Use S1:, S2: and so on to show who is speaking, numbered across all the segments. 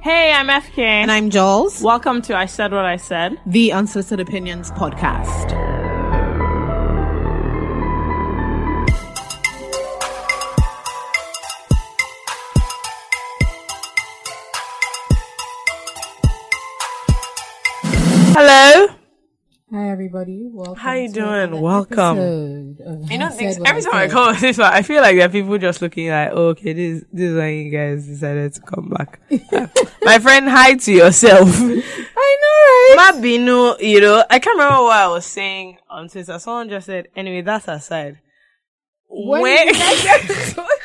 S1: Hey, I'm FK.
S2: And I'm Joel's,
S1: Welcome to I Said What I Said.
S2: the Unsolicited Opinions podcast.
S1: Hello.
S3: Hi everybody, welcome.
S1: How you
S3: to
S1: doing?
S3: another
S1: Welcome.
S3: episode of
S1: You know,
S3: I Said
S1: things,
S3: What
S1: every time I
S3: Said.
S1: come on this one, I feel like there are people just looking like, oh, okay, this, this is why you guys decided to come back. My friend, hi to yourself.
S3: I
S1: Mabinu, you know, I can't remember what I was saying on Twitter. Someone just said, anyway, that's aside.
S3: When
S1: Where-
S3: did know, right?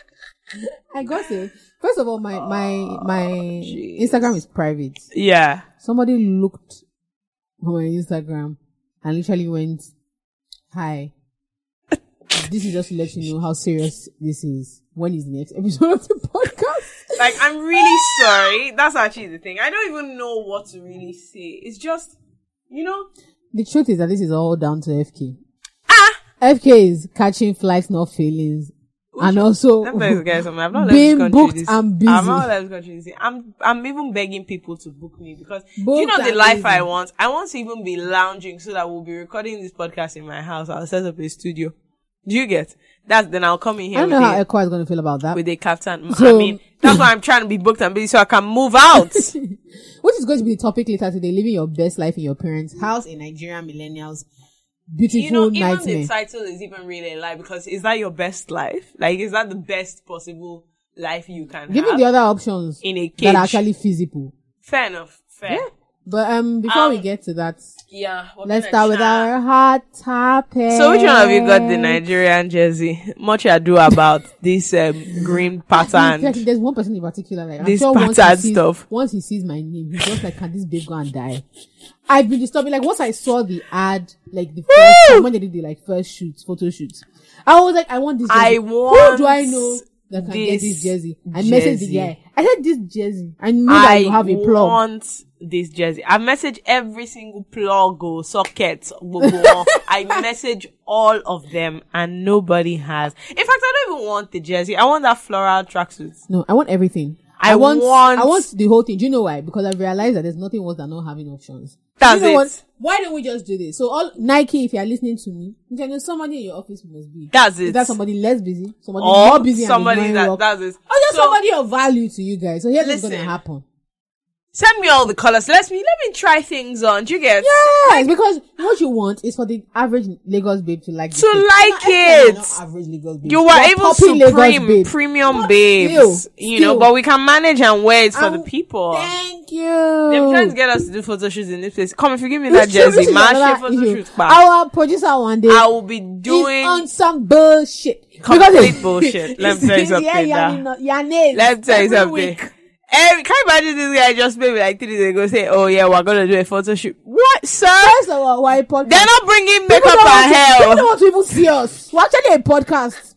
S3: I got it. First of all, my
S2: Oh,
S3: my my Instagram is private.
S1: yeah.
S3: Somebody looked on my Instagram and literally went, "Hi, this is just to let you know how serious this is. When is the next episode of the podcast?"
S1: Like, I'm really sorry. That's actually the thing. I don't even know what to really say. It's just, you know,
S3: The truth is that this is all down to FK. Ah, FK is catching flights, not feelings, and also
S1: Let me tell you guys something. I've not left
S3: Being
S1: this country.
S3: booked
S1: this,
S3: and busy.
S1: I've not left this country. This year. I'm I'm even begging people to book me because do you
S3: Booked
S1: know the
S3: and
S1: life
S3: busy.
S1: I want? I want to even be lounging so that we'll be recording this podcast in my house. I'll set up a studio. Do you get? That's then I'll come in
S3: I
S1: here
S3: don't
S1: with
S3: know how
S1: a,
S3: Echo is going to feel about that.
S1: with a captain. I
S3: So-
S1: mean, that's why I'm trying to be booked and busy so I can move out.
S3: Which is going to be the topic later today. Living your best life in your parents' house in Nigeria millennials. Beautiful
S1: you know, even
S3: nightmare.
S1: the title is even really a lie because is that your best life? Like, is that the best possible life you can
S3: Given
S1: have?
S3: the other options
S1: in a cage.
S3: that are actually feasible.
S1: fair enough. Fair.
S3: But um, before we
S1: Um,
S3: get to that,
S1: Yeah. what
S3: let's
S1: can I
S3: start with
S1: chat?
S3: our Eh. hot topic.
S1: So which one have you got the Nigerian jersey? Much ado about this um, green
S3: Exactly,
S1: pattern.
S3: There's one person in particular, like I'm
S1: This
S3: sure once he,
S1: pattern
S3: sees,
S1: stuff.
S3: once he sees my name, he's just like, "Can this babe go and die?" I've been disturbed. Like once I saw the ad, like the first time when they did the like first shoot, photo shoot, I was like, "I want this." Jersey.
S1: I
S3: Who do I know that can get
S1: this
S3: this jersey? I messaged
S1: jersey.
S3: the guy. I said, "This jersey, I know that
S1: I
S3: you have a plug."
S1: want this jersey. I message every single plug or socket. gbogbo wọn. I message all of them and nobody has. In fact, I don't even want the jersey. I want that floral tracksuit.
S3: No, I want everything.
S1: I want-
S3: I want the whole thing. Do you know why? Because I've realized that there's nothing worse than not having options.
S1: That's
S3: you know
S1: it.
S3: what? Why don't we just do this? So all Nike, if you are listening to me, you know somebody in your office must be.
S1: That's it.
S3: Is that somebody less busy? Somebody
S1: Or
S3: more busy?
S1: somebody
S3: and
S1: that-
S3: work?
S1: that's it.
S3: Or just
S1: So-
S3: somebody of value to you guys. So here's what's gonna
S1: Listen.
S3: happen.
S1: Send me all the colors. Let me let me try things on. Do you get?
S3: Yes, because what you want is for the average Lagos babe to like the
S1: To
S3: thing.
S1: like
S3: Not everyone
S1: it.
S3: are not average Lagos babes.
S1: You
S3: They
S1: were
S3: are
S1: able
S3: popping Lagos
S1: supreme
S3: babes.
S1: premium
S3: But
S1: babes,
S3: still,
S1: you know,
S3: still.
S1: but we can manage and wear it for the
S3: Um,
S1: people.
S3: Thank you.
S1: They're trying to get us to do photo shoots in this place. Come if you give me
S3: This
S1: that jersey,
S3: is
S1: man,
S3: another
S1: shit photo
S3: issue.
S1: shoots back.
S3: Our producer one day
S1: I will be doing.
S3: is on some bullshit.
S1: Complete
S3: Because it-
S1: bullshit. Let me tell you
S3: it's- yeah,
S1: something
S3: yeah,
S1: now.
S3: you know, your nails
S1: Let me tell you
S3: every
S1: something.
S3: week.
S1: Every, can't imagine this guy just maybe like three days ago say, "Oh yeah, we're gonna do a photo shoot." What, sir?
S3: First of all, we're a podcast.
S1: They're not bringing
S3: People
S1: makeup
S3: don't want
S1: and
S3: to- people don't
S1: hair.
S3: want to even see us. We're actually a podcast.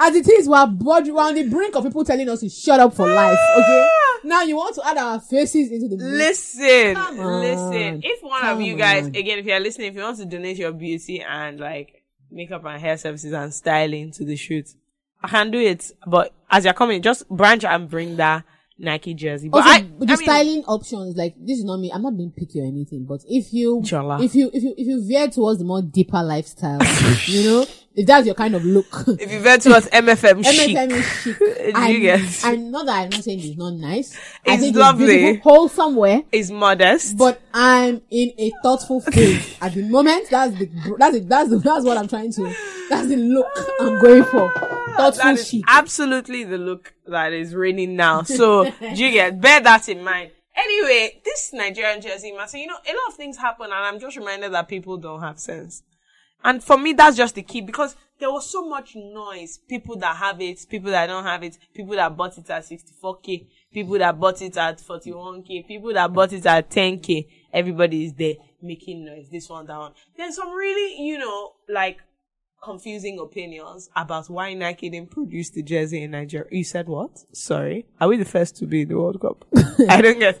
S3: As it is, we're, bored, we're on the brink of people telling us to shut up for life. Okay.
S1: Ah!
S3: Now you want to add our faces into the mix.
S1: Listen,
S3: Come on.
S1: listen. If one of
S3: Come
S1: you guys,
S3: on.
S1: again, if you're listening, if you want to donate your beauty and like makeup and hair services and styling to the shoot, I can do it. But as you're coming, just branch and bring that Nike jersey. But
S3: Also,
S1: I,
S3: with the
S1: I mean,
S3: styling options, like this is not me. I'm not being picky or anything, but if you,
S1: Inshallah.
S3: if you, if you, if you veer towards the more deeper lifestyle, you know, if that's your kind of look,
S1: if you went to us MFM
S3: MFM
S1: chic,
S3: is chic.
S1: you
S3: And,
S1: guess.
S3: and not that I'm not saying it's not nice. I
S1: It's
S3: think
S1: lovely.
S3: It's beautiful, wholesome wear.
S1: is modest.
S3: But I'm in a thoughtful phase at the moment. That's the that's the, that's the, that's what I'm trying to. That's the look I'm going for. Thoughtful
S1: that is
S3: chic.
S1: absolutely the look that is reigning now. So do you get bear that in mind. Anyway, this Nigerian jersey matter, you know, a lot of things happen and I'm just reminded that people don't have sense. And for me, that's just the key because there was so much noise. People that have it, people that don't have it, people that bought it at 64k, people that bought it at 41k, people that bought it at 10k. Everybody is there making noise. This one, that one. There's some really, you know, like confusing opinions about why Nike didn't produce the jersey in Nigeria. You said what? Sorry. Are we the first to be in the World Cup? I don't get.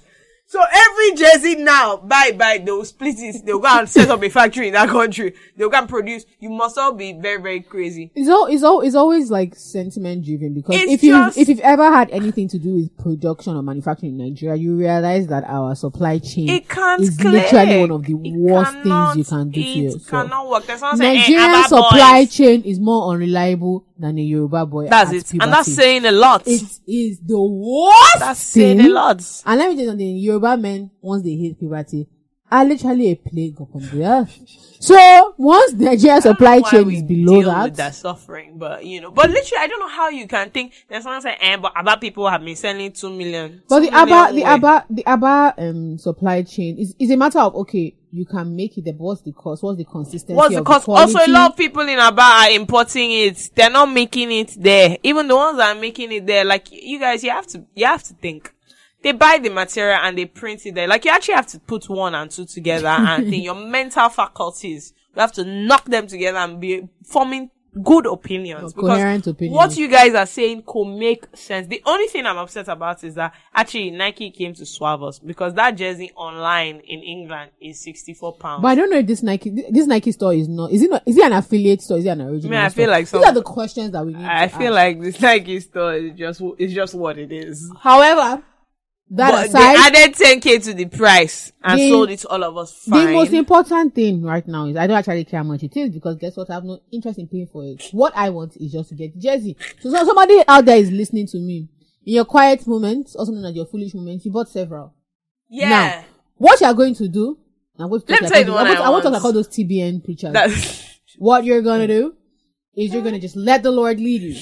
S1: So every jersey now, bye bye, they'll split it. They'll go and set up a factory in that country. They'll go and produce. You must all be very, very crazy.
S3: It's all it's all it's always like sentiment driven because
S1: It's
S3: if you
S1: just-
S3: if you've ever had anything to do with production or manufacturing in Nigeria, you realize that our supply chain
S1: It can't
S3: is
S1: click.
S3: literally one of the
S1: It
S3: worst
S1: cannot-
S3: things you can do to
S1: it
S3: yourself.
S1: cannot work. There's someone saying, "Eh,
S3: Nigerian
S1: Abba
S3: supply
S1: boys."
S3: chain is more unreliable than a Yoruba boy.
S1: That's
S3: at
S1: it.
S3: puberty.
S1: And that's saying a lot.
S3: it is the worst.
S1: That's saying a
S3: thing.
S1: lot.
S3: And let me tell you something, Yoruba men, once they hit puberty, are literally a plague upon the earth. So, once Nigeria's supply
S1: why
S3: chain
S1: we
S3: is below
S1: deal with
S3: that,
S1: that suffering, but you know, but literally, I don't know how you can think. There's someone saying, eh, but ABBA people have been selling two million.
S3: but
S1: two
S3: the ABBA,
S1: million
S3: the
S1: where?
S3: ABBA, the ABBA, um, supply chain is, is a matter of, okay, you can make it, but what's the cost? What's the consistency?
S1: What's the
S3: of
S1: cost?
S3: The
S1: Also, a
S3: quality?
S1: lot of people in Aba are importing it. They're not making it there. Even the ones that are making it there, like you guys, you have to, you have to think. They buy the material and they print it there. Like you actually have to put one and two together and think your mental faculties. You have to knock them together and be forming good opinions.
S3: Or coherent opinions.
S1: what you guys are saying could make sense. The only thing I'm upset about is that actually Nike came to swab us because that jersey online in England is 64 pounds.
S3: But I don't know if this Nike, this Nike store is not, is it not, is it an affiliate store? Is it an original?
S1: Man, I feel
S3: store?
S1: like some-
S3: These are the questions that we need
S1: I
S3: to
S1: feel
S3: ask.
S1: like this Nike store is just it's just what it is.
S3: However, that
S1: But
S3: aside,
S1: they added 10k to the price and
S3: The-
S1: sold it to all of us.
S3: The
S1: Fine.
S3: most important thing right now is I don't actually care how much it is because guess what? I have no interest in paying for it. What I want is just to get the jersey. So, so somebody out there is listening to me. In your quiet moments, also known as your foolish moments, you bought several.
S1: yeah,
S3: Now, what you are going to do? I'm going to
S1: Let
S3: talk
S1: me
S3: like
S1: tell you
S3: all
S1: the
S3: those-
S1: one I
S3: I want to
S1: want.
S3: talk like all those TBN preachers.
S1: that's
S3: what you're gonna do is you're gonna just let the Lord lead you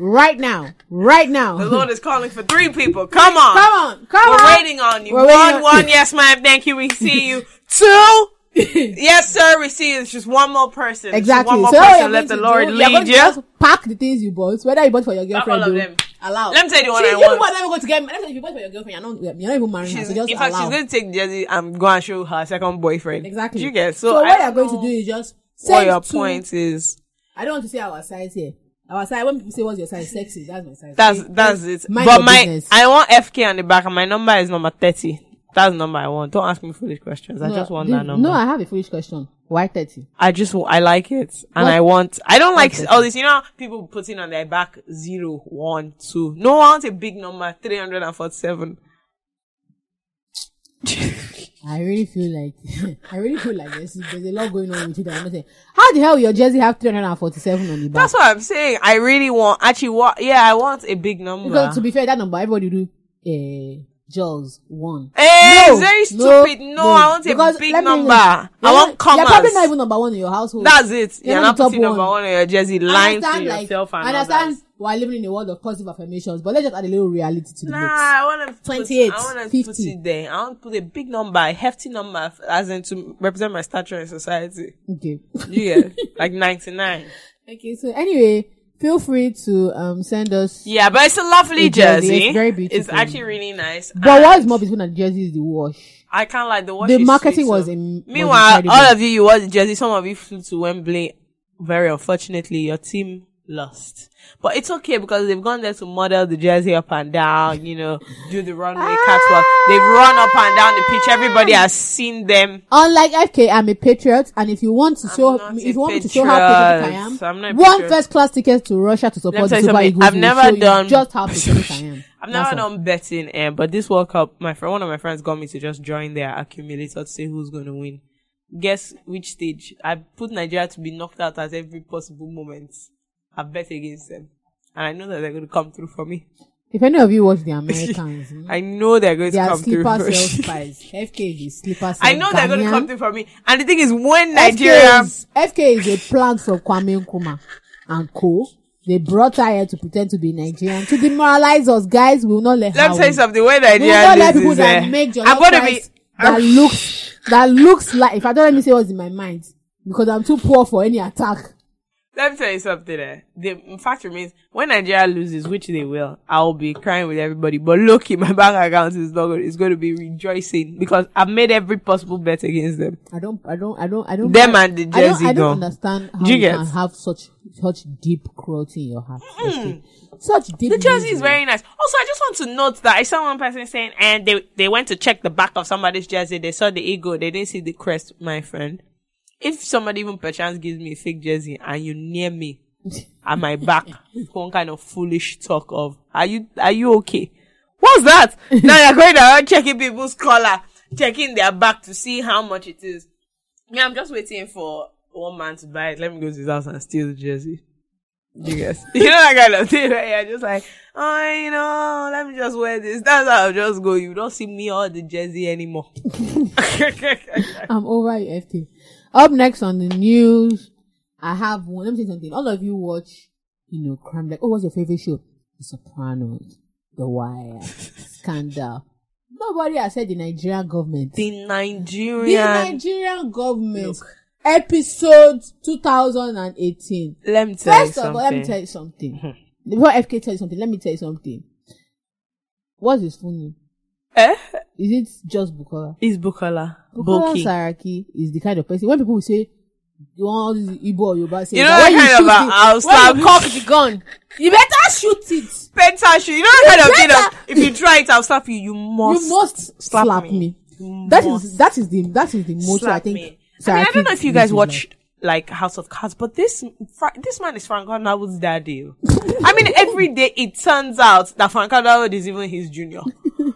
S3: right now, right now.
S1: the Lord is calling for three people. Come on,
S3: come on, come
S1: We're
S3: on.
S1: waiting on you.
S3: We're
S1: one,
S3: waiting on-
S1: one. Yes, ma'am. Thank you. We see you. Two. yes, sir. We see you. It's just one more person. It's just
S3: Exactly.
S1: One more
S3: So what you're
S1: person. Let
S3: going
S1: the
S3: to
S1: Lord
S3: do, you're going
S1: lead
S3: to
S1: you.
S3: just pack the things you bought, whether you bought for your girlfriend.
S1: all of
S3: though,
S1: them.
S3: Allow.
S1: Let me tell you the one
S3: See,
S1: I
S3: you
S1: want.
S3: What I'm going to get. Let me tell you, if you bought for your girlfriend. You're not, you're not even marrying her.
S1: She's,
S3: So
S1: in
S3: just
S1: fact,
S3: allow.
S1: she's going to take Jersey and go and show her second boyfriend.
S3: exactly.
S1: Do you get so?
S3: so
S1: I
S3: what you're
S1: don't
S3: going to do
S1: know
S3: is just
S1: What
S3: send
S1: your
S3: to-
S1: point is?
S3: I don't want to say our size here. Our size. When people say what's your size, sexy. That's my size.
S1: That's
S3: Okay?
S1: that's it.
S3: Mind
S1: but
S3: your
S1: my
S3: business.
S1: I want FK on the back, and my number is number thirty. That's the number I want. Don't ask me foolish questions. I
S3: No,
S1: just want
S3: the-
S1: that number.
S3: No, I have a foolish question. Why thirty?
S1: I just wa- I like it, and
S3: What?
S1: I want. I don't like
S3: Okay.
S1: all this. You know, how people putting on their back zero, one, two. No, I want a big number, three hundred and forty-seven.
S3: I really feel like I really feel like there's, there's a lot going on with you that I'm not saying. How the hell will your jersey have 347 on the back?
S1: That's what I'm saying. I really want. Actually, what? Yeah, I want a big number.
S3: Because to be fair, that number everybody will do uh, Jaws one.
S1: Eh, it's very stupid. No, I want a big
S3: let me-
S1: number. I
S3: you're
S1: want
S3: not- You're
S1: commas.
S3: probably not even number one in your household.
S1: That's it.
S3: You're
S1: You're
S3: not
S1: not
S3: the top
S1: putting number
S3: one.
S1: one on your jersey. Lying to
S3: Understand, like,
S1: yourself and
S3: understand.
S1: others.
S3: We're living in a world of positive affirmations, but let's just add a little reality to the
S1: Nah,
S3: mix.
S1: I want to
S3: 28,
S1: I want to put
S3: 50.
S1: it there. I want to put a big number, a hefty number, f- as in to represent my stature in society.
S3: Okay.
S1: Yeah, like ninety nine.
S3: okay. So anyway, feel free to um send us.
S1: Yeah, but it's a lovely
S3: It's lovely.
S1: jersey.
S3: It's very
S1: It's
S3: beautiful.
S1: actually really nice.
S3: But what
S1: And
S3: is more beautiful than the jersey is the wash.
S1: I can't like the watch.
S3: The
S1: is
S3: marketing
S1: sweet,
S3: was
S1: so-
S3: in.
S1: Meanwhile, all of you you watched the jersey. Some of you flew to Wembley. Very unfortunately, your team lost. But it's okay because they've gone there to model the jersey up and down. You know, do the runway catwalk. They've run up and down the pitch. Everybody
S3: Ah.
S1: has seen them.
S3: Unlike FK, I'm a patriot, and if you want to show,
S1: not
S3: me,
S1: a
S3: if you want me to show how patriotic I am,
S1: patriot. I'm not a
S3: one
S1: patriot.
S3: first class ticket to Russia to
S1: Let me tell
S3: support the
S1: you
S3: Super
S1: something.
S3: Eagles.
S1: I've
S3: will
S1: never
S3: show you
S1: done
S3: just how patriotic I am.
S1: I've
S3: That's
S1: never
S3: all.
S1: done betting, um, but this World Cup, my friend, one of my friends got me to just join their accumulator to see who's going to win. Guess which stage? I put Nigeria to be knocked out at every possible moment. I bet against them, and I know that they're going to come through for me.
S3: If any of you watch the Americans, mm,
S1: I know they're going
S3: they
S1: to
S3: are
S1: come through.
S3: slipper
S1: For
S3: sales
S1: me.
S3: spies. FK is slipper sales.
S1: I know they're going to
S3: Ghanaian.
S1: come through for me. And the thing is, when
S3: FK
S1: Nigeria,
S3: is, FK is a plant from Kwame Nkrumah and Co. They brought her here to pretend to be Nigerian to demoralize us, guys. We will not let.
S1: let
S3: her
S1: me tell you
S3: win.
S1: something. When
S3: We will not
S1: Nigeria
S3: let people
S1: loses,
S3: that
S1: eh,
S3: make jollof
S1: I'm going to be.
S3: rice that looks that looks like. If I don't let me say what's in my mind because I'm too poor for any attack.
S1: Let me tell you something. Eh? The fact remains, when Nigeria loses, which they will, I'll be crying with everybody. But lucky, my bank account is not going, is going to be rejoicing because I've made every possible bet against them.
S3: I don't, I don't, I don't, I don't.
S1: Them and the
S3: I don't,
S1: Jersey
S3: I don't
S1: girl.
S3: understand how
S1: Do you
S3: you,
S1: get?
S3: can have such such deep cruelty in your heart. Honestly. Such deep.
S1: The jersey is
S3: misery.
S1: very nice. Also, I just want to note that I saw one person saying, and they they went to check the back of somebody's jersey. They saw the ego. They didn't see the crest, my friend. If somebody even perchance gives me a fake jersey and you near me at my back with one kind of foolish talk of, are you are you okay? What's that? now you're going around checking people's collar, checking their back to see how much it is. Yeah, I'm just waiting for one man to buy it. Let me go to his house and steal the jersey. You guess. you know that kind of thing, right? You're just like, oh, you know, let me just wear this. That's how I'll just go. You don't see me or the jersey anymore.
S3: I'm over you, FT. Up next on the news, I have one. Let me say something. All of you watch, you know, crime. Like, oh, what's your favorite show? The Sopranos, The Wire, Scandal. Nobody has said the Nigerian government.
S1: the
S3: The
S1: Nigerian.
S3: Nigerian government. Episode 2018.
S1: let me tell you
S3: First of
S1: something. Hmm.
S3: all, let me tell you something. Before FK tell you something, let me tell you something. What's his full name?
S1: eh?
S3: Is it just Bukola?
S1: It's Bukola.
S3: Bukola
S1: Boki.
S3: Saraki is the kind of person when people say you want all these Igbo or Yoruba say
S1: You know
S3: that
S1: that
S3: when
S1: kind of
S3: shoot
S1: a-
S3: it-
S1: I'll
S3: when
S1: slap-
S3: you cock the gun, you better shoot it.
S1: Penta shoe. You know that kind of
S3: Better-
S1: thing. of, If you try it, I'll slap you. You must.
S3: you must slap, me.
S1: You
S3: That
S1: must
S3: is that is the that is the motto I
S1: slap
S3: think.
S1: me. I mean, I
S3: Saraki
S1: don't know if you
S3: lives
S1: guys
S3: his
S1: watch like House of Cards, but this Fra- this man is Frank Underwood's daddy. oh. I mean, every day it turns out that Frank Underwood is even his junior.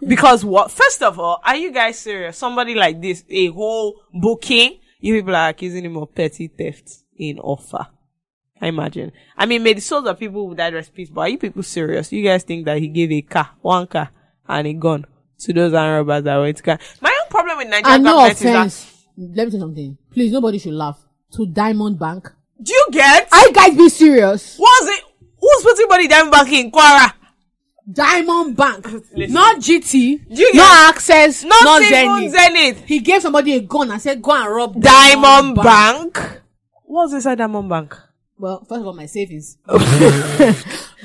S1: Because what? First of all, are you guys serious? Somebody like this, a whole booking, you people are accusing him of petty theft in offer. I imagine. I mean, may the souls of people would die rest in peace. But are you people serious? You guys think that he gave a car, one car, and a gun to those armed robbers that went to car? My own problem with Nigerian
S3: And no
S1: government is that
S3: offense. Let me say something. Please, nobody should laugh. To Diamond Bank.
S1: Do you get?
S3: I guys be serious.
S1: Was it? Who's putting money down back in Quara?
S3: Diamond Bank. Not GT.
S1: Do you
S3: no
S1: get-
S3: access.
S1: Not,
S3: Not,
S1: even
S3: Zenith.
S1: Zenith.
S3: He gave somebody a gun and said, go and rob
S1: Diamond Bank. What's inside Diamond Bank?
S3: Well, first of all, my savings.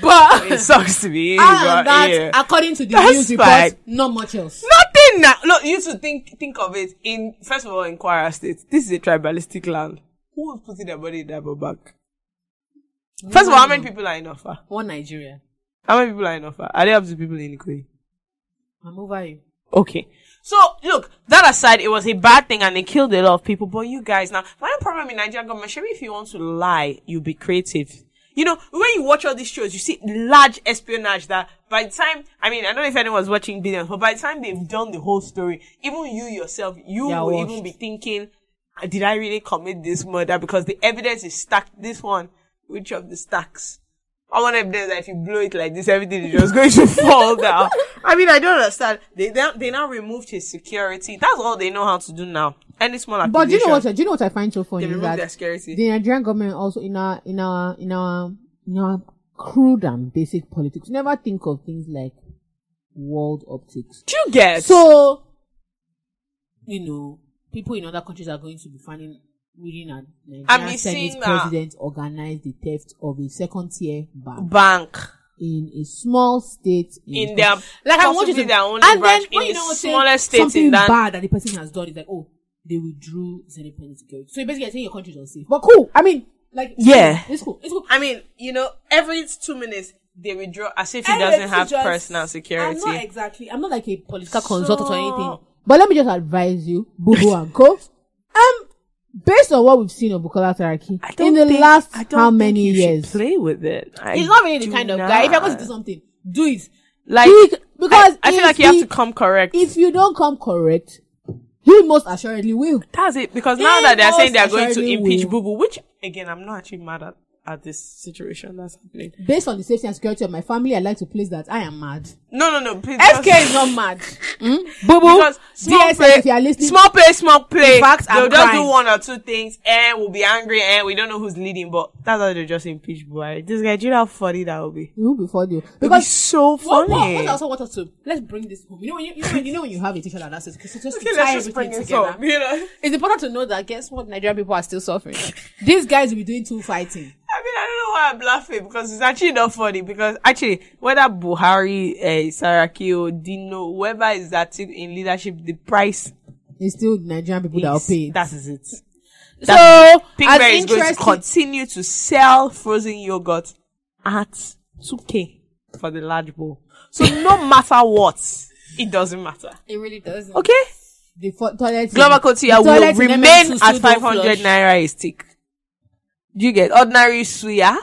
S1: But it sucks to be.
S3: Other than
S1: but
S3: that,
S1: yeah.
S3: Ah, according to the
S1: That's
S3: news
S1: fine.
S3: report, not much else.
S1: Nothing now. Look, you should think think of it. In first of all, in Kwara State, this is a tribalistic land. Who is putting their money in Diamond Bank? First of all, how many people are in offer?
S3: One Nigeria.
S1: How many people are in offer? Are they up to people in Ikoyi?
S3: I'm over you.
S1: Okay. So look, that aside, it was a bad thing and it killed a lot of people. But you guys now, my own problem in Nigerian government, surely if you want to lie, you be creative. You know, when you watch all these shows, you see large espionage that by the time, I mean, I don't know if anyone's watching billions, but by the time they've done the whole story, even you yourself, you
S3: They are
S1: will
S3: washed.
S1: even be thinking, "Ah, did I really commit this murder? Because the evidence is stacked. This one, which of the stacks? I want evidence that if you blow it like this, everything is just going to fall down. I mean, I don't understand. They now, they now removed his security. That's all they know how to do now. Any small
S3: But do you know what?
S1: activation,
S3: Do you know what I find so funny
S1: They
S3: is
S1: removed their
S3: that
S1: security.
S3: the Nigerian government also in our in our in our in our crude and basic politics never think of things like world optics.
S1: Do you get?
S3: So, you know, people in other countries are going to be finding reading and uh,
S1: And be
S3: Nigerian
S1: seeing
S3: Senate
S1: that.
S3: president organized the theft of a second tier bank
S1: bank
S3: in a small state
S1: in their
S3: like I want you
S1: possibly
S3: to
S1: their only
S3: and
S1: branch
S3: then when
S1: in
S3: you
S1: the
S3: know say
S1: smallest state
S3: something
S1: in that.
S3: bad that the person has done is like oh they withdrew Senate president security so basically you're saying your country's unsafe but cool I mean like
S1: Yeah.
S3: it's cool it's cool
S1: I mean, you know, every two minutes they withdraw as if he
S3: Anyway,
S1: doesn't
S3: to
S1: have
S3: just-
S1: personal security.
S3: I'm not exactly. I'm not like a political
S1: So-
S3: consultant or anything. But let me just advise you, Boo Boo and Co. Um, based on what we've seen of Bukola Saraki
S1: I don't
S3: in the
S1: think-
S3: last
S1: I don't
S3: how
S1: think
S3: many
S1: you should
S3: years,
S1: Play with it. I
S3: he's not really the
S1: do
S3: kind of guy. If you're going to
S1: not.
S3: do something, do it.
S1: like,
S3: Do it, because
S1: I, I feel
S3: if
S1: like you have
S3: he-
S1: to come correct.
S3: If you don't come correct, he most assuredly will.
S1: That's it. Because
S3: He
S1: now that they're saying they're
S3: most
S1: going to
S3: assuredly
S1: impeach
S3: will.
S1: Boo Boo, which again, I'm not actually mad at, at this situation that's happening.
S3: Based on the safety and security of my family, I'd like to place that I am mad.
S1: No, no, no. Please.
S3: FK is
S1: just-
S3: not mad. Mm? Boo Boo,
S1: Because small
S3: DSS, if you are
S1: play,
S3: listening,
S1: small play, small play.
S3: In fact,
S1: They'll
S3: I'm
S1: just do
S3: crying.
S1: one or two things, and we'll be angry, and we don't know who's leading. But that's how they just impeach Buhari. This guy, do you know how funny that will be?
S3: who before you?
S1: It'll be
S3: Because
S1: so
S3: What,
S1: funny.
S3: what, what I also want us to let's bring this home. You know when you, you, know, when, you know when you have a teacher like that says, "Okay, so just
S1: Okay,
S3: to
S1: let's
S3: tie
S1: just bring
S3: everything
S1: it
S3: together."
S1: up. You know.
S3: It's important to know that guess what Nigerian people are still suffering. These guys will be doing two fighting.
S1: I why I'm laughing because it's actually not funny. Because actually, whether Buhari, uh, Saraki, or Dino, whoever is that in in leadership, the price
S3: It's still Nigerian people that will
S1: is,
S3: pay. it.
S1: that is it.
S4: So, as
S1: Pinkberry is going to
S4: interesting-
S1: continue to sell frozen yogurt at 2k for the large bowl. So no matter what, it doesn't matter.
S4: It really doesn't.
S1: Okay?
S3: the fo- toilet.
S1: Global
S3: in-
S1: Kotia
S3: the
S1: will
S3: toilet in
S1: remain
S3: MMC
S1: at
S3: still don't
S1: 500
S3: flush.
S1: naira a stick. Do you get ordinary suya?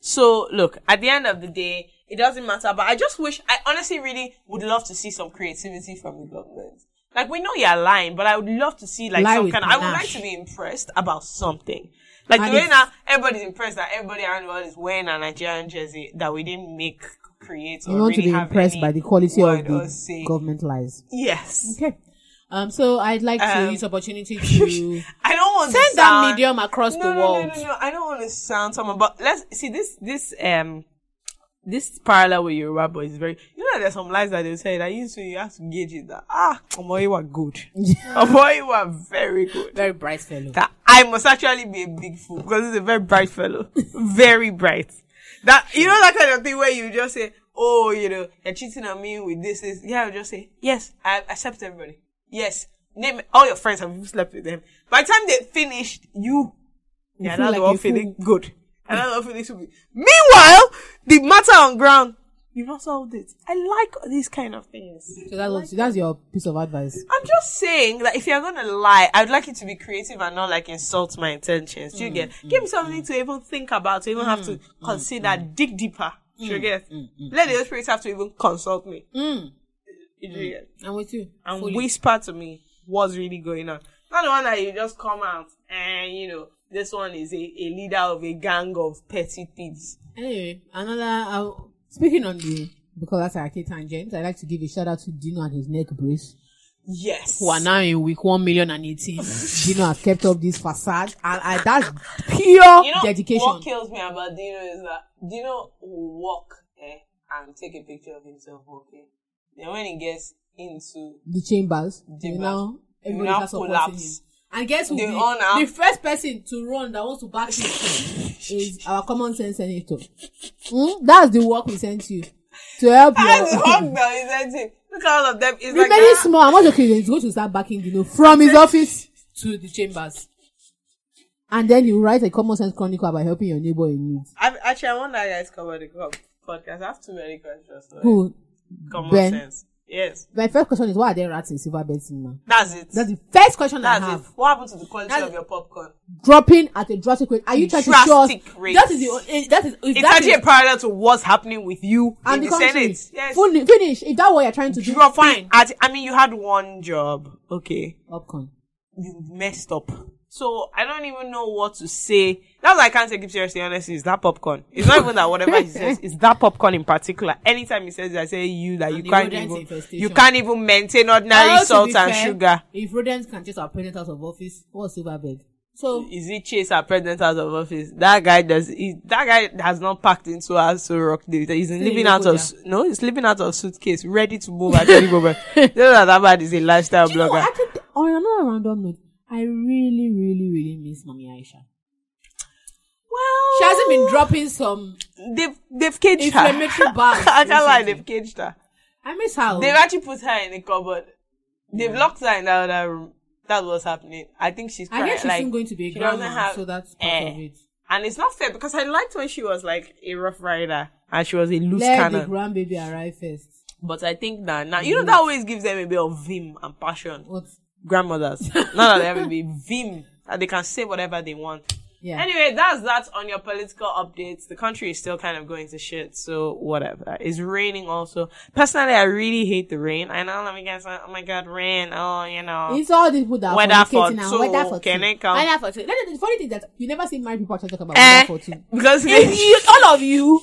S1: So look, at the end of the day, it doesn't matter, but I just wish, I honestly really would love to see some creativity from the government. Like we know you're lying, but I would love to see like
S3: Lie
S1: some
S3: with
S1: kind of, I would like
S3: panache.
S1: to be impressed about something. Like
S3: And
S1: the way
S3: if-
S1: now everybody's impressed that everybody around the world is wearing a Nigerian jersey that we didn't make, create, or
S3: You want to
S1: really
S3: be
S1: have
S3: impressed
S1: any
S3: by the quality
S1: word
S3: of
S1: or
S3: the
S1: say.
S3: government lies.
S1: Yes.
S3: Okay. Um, so I'd like to
S1: Um,
S3: use opportunity to
S1: I don't want to
S3: send that
S1: sound-
S3: medium across
S1: no,
S3: the
S1: no,
S3: world.
S1: No, no, no, I don't want to sound someone, but let's see this, this, um, this parallel with Yoruba boy is very, you know, there's some lies that they say that you, so you have to gauge it that, ah, Omo, you are good. Omo, you are very good.
S3: Very bright fellow.
S1: That I must actually be a big fool because he's a very bright fellow. very bright. That, you know, that kind of thing where you just say, oh, you know, you're cheating on me with this, this. Yeah, I'll just say, yes, I accept everybody. Yes. Name all your friends have slept with them. By the time they finished, you yeah,
S3: feel
S1: that's
S3: like
S1: all
S3: a
S1: feeling good. And that's all feeling stupid. Meanwhile, the matter on ground, you've not solved it. I like these kind of things.
S3: So that's, what- that's your piece of advice.
S1: I'm just saying that if you're gonna lie, I'd like you to be creative and not like insult my intentions. Do you get?
S3: Mm,
S1: Give me something to even think about, to even have to consider,
S3: mm.
S1: dig deeper. Do you get? Let the Holy Spirit have to even consult me. Do you get?
S3: I'm with you.
S1: and
S3: Mm. fully.
S1: whisper to me what's really going on. Not the one that you just come out and you know this one is a, a leader of a gang of petty thieves.
S3: Anyway, another. Uh, speaking on the because that's Arake tangent, I'd like to give a shout out to Dino and his neck brace.
S1: Yes.
S3: Who are now in week one million and eighteen. Dino has kept up this facade, and I, that's pure
S1: You know
S3: dedication.
S1: what kills me about Dino is that Dino will walk eh, and take a picture of himself walking. Then when he gets into
S3: the chambers. You
S1: Chambers.
S3: know,
S1: You
S3: everybody
S1: now
S3: has supporting
S1: collapse.
S3: him. And guess who?
S1: They
S3: The,
S1: all now-
S3: the first person to run that wants to back him is our common sense senator. Hmm? That's the work we sent you to help you.
S1: I will hug them, isn't it? Look at all of them. It's
S3: Be
S1: like
S3: very
S1: ah,
S3: small. I'm not joking. He's going to start backing Dino from his office to the chambers. And then you write a common sense chronicle about helping your neighbor in need.
S1: I've, actually, I want that guy to cover the co- podcast. I have too many questions. for him.
S3: Who?
S1: Common
S3: Ben.
S1: sense. Yes,
S3: My first question is, why are there rats in Silverbed Cinema?
S1: that's it.
S3: That's the first question I
S1: That's
S3: have.
S1: it. What happened to the quality
S3: That's-
S1: of your popcorn?
S3: Dropping at a drastic rate. Are you trying to show us?
S1: Drastic rate.
S3: That is the. only- That is.
S1: It's
S3: that
S1: actually
S3: is-
S1: a parallel to what's happening with you
S3: and
S1: in
S3: the
S1: the,
S3: country.
S1: Senate. Yes.
S3: Fully- Finish. If that what you're trying to do,
S1: You were fine. At, I mean, you had one job. Okay.
S3: Upcon.
S1: You messed up. So I don't even know what to say. That's why I can't take him seriously, honestly. It's that popcorn. It's not even that whatever he says. It's that popcorn in particular. Anytime he says it, I say you that
S3: And
S1: you
S3: the
S1: can't
S3: rodent
S1: even,
S3: infestation.
S1: you can't even maintain ordinary salt and sugar.
S3: If rodents can chase our president out of office, what's Silverbed? So
S1: Is he chase our president out of office? That guy does. He, that guy has not packed into our so rock. He's living
S3: in
S1: out of su-
S3: Abuja.
S1: no. He's living out of suitcase, ready to move. Actually, move. That's that bad. Is a lifestyle
S3: you know,
S1: blogger.
S3: I oh, think on another random note, I really, really, really miss Mommy Aisha.
S1: well,
S3: She hasn't been dropping some.
S1: They've they've caged
S3: Inflammatory
S1: her.
S3: bags,
S1: I can't lie.
S3: basically.
S1: They've caged her.
S3: I miss her. oh.
S1: They've actually put her in a cupboard. They've locked her in the other room. That's what's happening. I think she's.
S3: I
S1: Crying.
S3: guess she's
S1: like,
S3: soon going to be a
S1: she doesn't
S3: grandma,
S1: have-
S3: so that's part of
S1: eh.
S3: it.
S1: And it's not fair because I liked when she was like a rough rider and she was a loose
S3: Let
S1: cannon.
S3: the grandbaby arrive first.
S1: But I think that now,
S3: Mm.
S1: you know, that always gives them a bit of vim and passion.
S3: What?
S1: Grandmothers. now that they have a bit vim and they can say whatever they want.
S3: Yeah.
S1: Anyway, that's that on your political updates. The country is still kind of going to shit, so whatever. It's raining also. Personally, I really hate the rain. I know, let me guess. Oh my god, rain. Oh, you know.
S3: It's all these people that are
S1: Weather for
S3: fornicating and
S1: two,
S3: weather for
S1: can
S3: two.
S1: it come?
S3: Weather for two. Then The the funny thing that you never see married people actually talk about
S1: Eh,
S3: weather for two.
S1: because
S3: If you, all of you,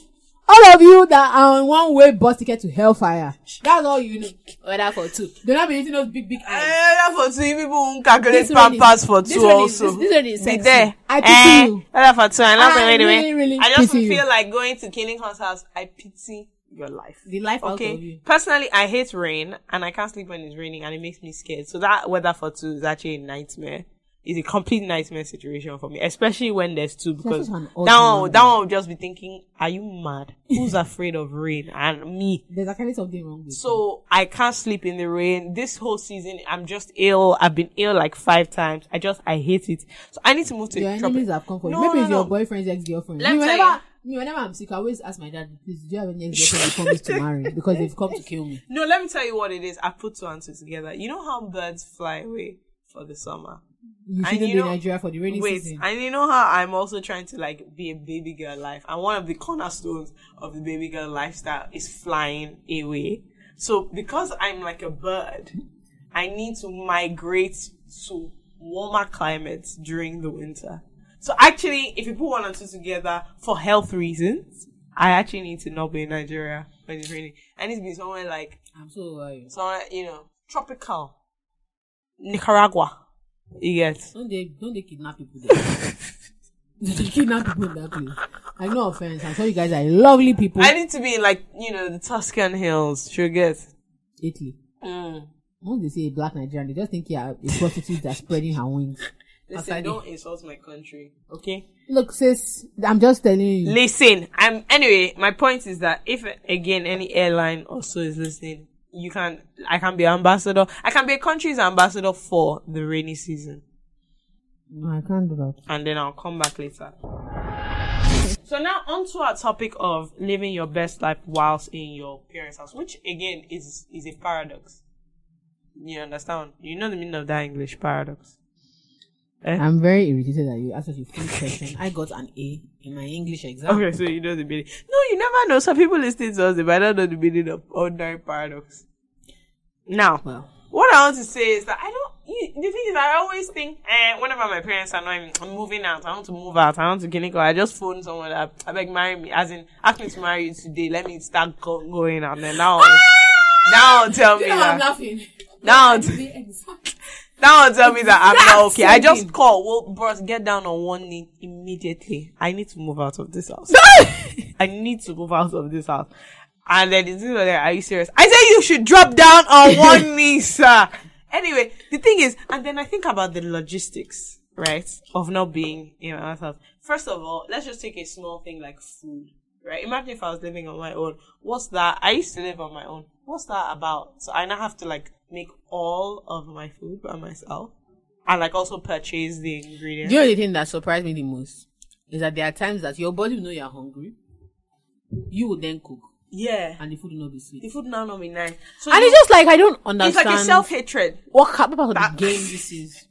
S3: all of you that are on one way bus ticket to hellfire, that's all you know.
S4: Weather for two.
S3: Do not be eating those big, big eyes.
S1: Eh, for two, you people won't calculate
S3: This one is-
S1: pampers for
S3: this
S1: two
S3: one is-
S1: also.
S3: this- this one is
S1: Be
S3: sexy.
S1: there.
S3: I pity
S1: Eh,
S3: you.
S1: That's for two. I love
S3: I
S1: the way they
S3: really,
S1: went.
S3: really
S1: I just
S3: pity you.
S1: feel like going to Kinningham's house. I pity your life.
S3: The life out of
S1: Okay.
S3: you.
S1: Personally, I hate rain and I can't sleep when it's raining and it makes me scared. So that weather for two is actually a nightmare. is a complete nightmare situation for me, especially when there's two because
S3: such an
S1: that one,
S3: odd man.
S1: that one will just be thinking, "Are you mad? Who's afraid of rain?" And me,
S3: There's actually something wrong with you.
S1: so I can't sleep in the rain. This whole season, I'm just ill. I've been ill like five times. I just I hate it. So I need to move to
S3: Your
S1: a
S3: enemies
S1: tropical.
S3: have come for you.
S1: No,
S3: Maybe
S1: no,
S3: it's your
S1: no.
S3: boyfriend's ex-girlfriend.
S1: Let
S3: me,
S1: me tell
S3: whenever, me, whenever I'm sick, I always ask my dad, please, do you have any ex-girlfriend that promised to marry? Because they've come to kill me.
S1: No, let me tell you what it is. I put two and two together. You know how birds fly away for the summer.
S3: You
S1: And
S3: shouldn't
S1: you
S3: be in
S1: know-
S3: Nigeria for the rainy
S1: Wait,
S3: season.
S1: and you know how I'm also trying to like be a baby girl life, and one of the cornerstones of the baby girl lifestyle is flying away. So because I'm like a bird, I need to migrate to warmer climates during the winter. So actually, if you put one and two together for health reasons, I actually need to not be in Nigeria when it's raining. I need to be somewhere like
S3: I'm so over you.
S1: somewhere you know tropical, Nicaragua. You get.
S3: Don't they, don't they kidnap people there? they kidnap people in that place. I no offense. I'm sure you guys are lovely people.
S1: I need to be in like, you know, the Tuscan Hills. Sure get.
S3: Italy.
S1: Mm.
S3: Once they see a black Nigerian, they just think you're a prostitute that's spreading her wings.
S1: Listen, don't insult my country. Okay?
S3: Look, sis, I'm just telling you.
S1: Listen, I'm, anyway, my point is that if, again, any airline also is listening, you can, I can be ambassador. I can be a country's ambassador for the rainy season.
S3: No, I can't do that.
S1: And then I'll come back later. So now on to our topic of living your best life whilst in your parents' house, which again is, is a paradox. You understand? You know the meaning of that English paradox.
S3: I'm very irritated that you asked such a foolish question. I got an A in my English exam.
S1: Okay, so you know the meaning. No, you never know. Some people listening to us, they might not know the meaning of ordinary paradox. Now,
S3: Well,
S1: what I want to say is that I don't. You, the thing is, I always think, eh, whenever my parents annoy me, I'm moving out. I want to move out. I want to Kiniko. I just phone someone up. I beg, marry me. As in, ask me to marry you today. Let me start go- going out. Then now, now tell me
S3: Ah! you know I'm
S1: that.
S3: laughing.
S1: Now,
S4: The exact-
S1: now tell me that I'm not okay. I
S3: same.
S1: just call. Well, bros, get down on one knee immediately. I need to move out of this house. I need to move out of this house. And then it's like, are you serious? I say you should drop down on one knee, sir. Anyway, the thing is, and then I think about the logistics, right, of not being in my aunt's house. First of all, let's just take a small thing like food, right? Imagine if I was living on my own. What's that? I used to live on my own. What's that about? So I now have to like make all of my food by myself, and like also purchase the ingredients.
S3: Do you know the thing that surprised me the most is that there are times that your body will know you're hungry, you will then cook,
S1: Yeah,
S3: and the food will not be sweet.
S1: the food now not be nice. So
S3: And
S1: you-
S3: it's just like I don't understand.
S1: it's like a self hatred.
S3: What kind of
S1: That-
S3: game this is?